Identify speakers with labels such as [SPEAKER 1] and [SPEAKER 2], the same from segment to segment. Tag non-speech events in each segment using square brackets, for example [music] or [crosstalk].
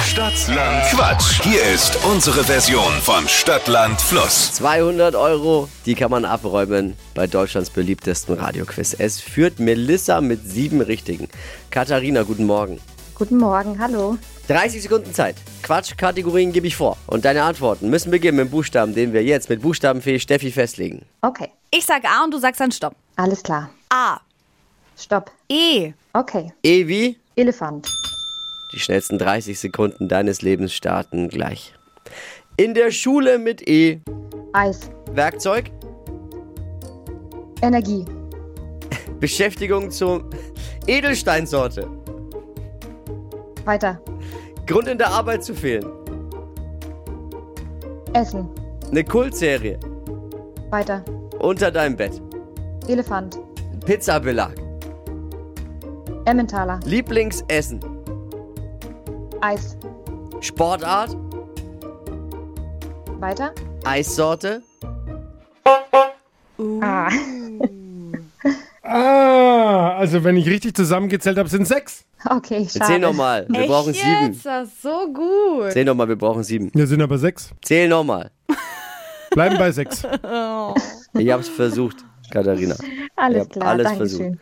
[SPEAKER 1] Stadtland Quatsch. Hier ist unsere Version von Stadtland Fluss.
[SPEAKER 2] 200 Euro, die kann man abräumen bei Deutschlands beliebtesten Radioquiz. Es führt Melissa mit sieben Richtigen. Katharina, guten Morgen.
[SPEAKER 3] Guten Morgen, hallo.
[SPEAKER 2] 30 Sekunden Zeit. Quatschkategorien gebe ich vor. Und deine Antworten müssen beginnen mit dem Buchstaben, den wir jetzt mit Buchstabenfee Steffi festlegen.
[SPEAKER 3] Okay,
[SPEAKER 4] Ich sag A und du sagst dann Stopp.
[SPEAKER 3] alles klar.
[SPEAKER 4] A.
[SPEAKER 3] Stopp.
[SPEAKER 4] E.
[SPEAKER 3] Okay,
[SPEAKER 2] E wie?
[SPEAKER 3] Elefant.
[SPEAKER 2] Die schnellsten 30 Sekunden deines Lebens starten gleich. In der Schule mit E.
[SPEAKER 3] Eis.
[SPEAKER 2] Werkzeug,
[SPEAKER 3] Energie.
[SPEAKER 2] Beschäftigung zur Edelsteinsorte.
[SPEAKER 3] Weiter.
[SPEAKER 2] Grund in der Arbeit zu fehlen.
[SPEAKER 3] Essen.
[SPEAKER 2] Eine Kultserie.
[SPEAKER 3] Weiter.
[SPEAKER 2] Unter deinem Bett.
[SPEAKER 3] Elefant.
[SPEAKER 2] Pizzabelag.
[SPEAKER 3] Emmentaler.
[SPEAKER 2] Lieblingsessen.
[SPEAKER 3] Eis.
[SPEAKER 2] Sportart.
[SPEAKER 3] Weiter. [laughs]
[SPEAKER 2] Eissorte.
[SPEAKER 5] Ah, also wenn ich richtig zusammengezählt habe, sind sechs.
[SPEAKER 3] Okay,
[SPEAKER 2] Wir zählen
[SPEAKER 3] schade.
[SPEAKER 2] nochmal. Wir brauchen sieben.
[SPEAKER 4] Jetzt, das ist so gut.
[SPEAKER 2] Zähl nochmal, wir brauchen sieben.
[SPEAKER 5] Wir sind aber sechs.
[SPEAKER 2] Zähl nochmal.
[SPEAKER 5] Bleiben bei sechs.
[SPEAKER 2] Ich hab's versucht, Katharina.
[SPEAKER 3] Alles
[SPEAKER 2] hab
[SPEAKER 3] klar,
[SPEAKER 2] alles
[SPEAKER 3] danke
[SPEAKER 2] versucht.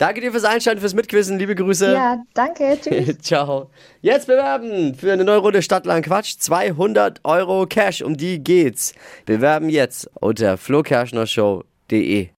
[SPEAKER 2] Danke dir fürs Einschalten, fürs Mitquissen. Liebe Grüße.
[SPEAKER 3] Ja, danke. Tschüss.
[SPEAKER 2] [laughs] Ciao. Jetzt bewerben für eine neue Runde Stadtland Quatsch. 200 Euro Cash, um die geht's. Bewerben jetzt unter flokerschnershow.de.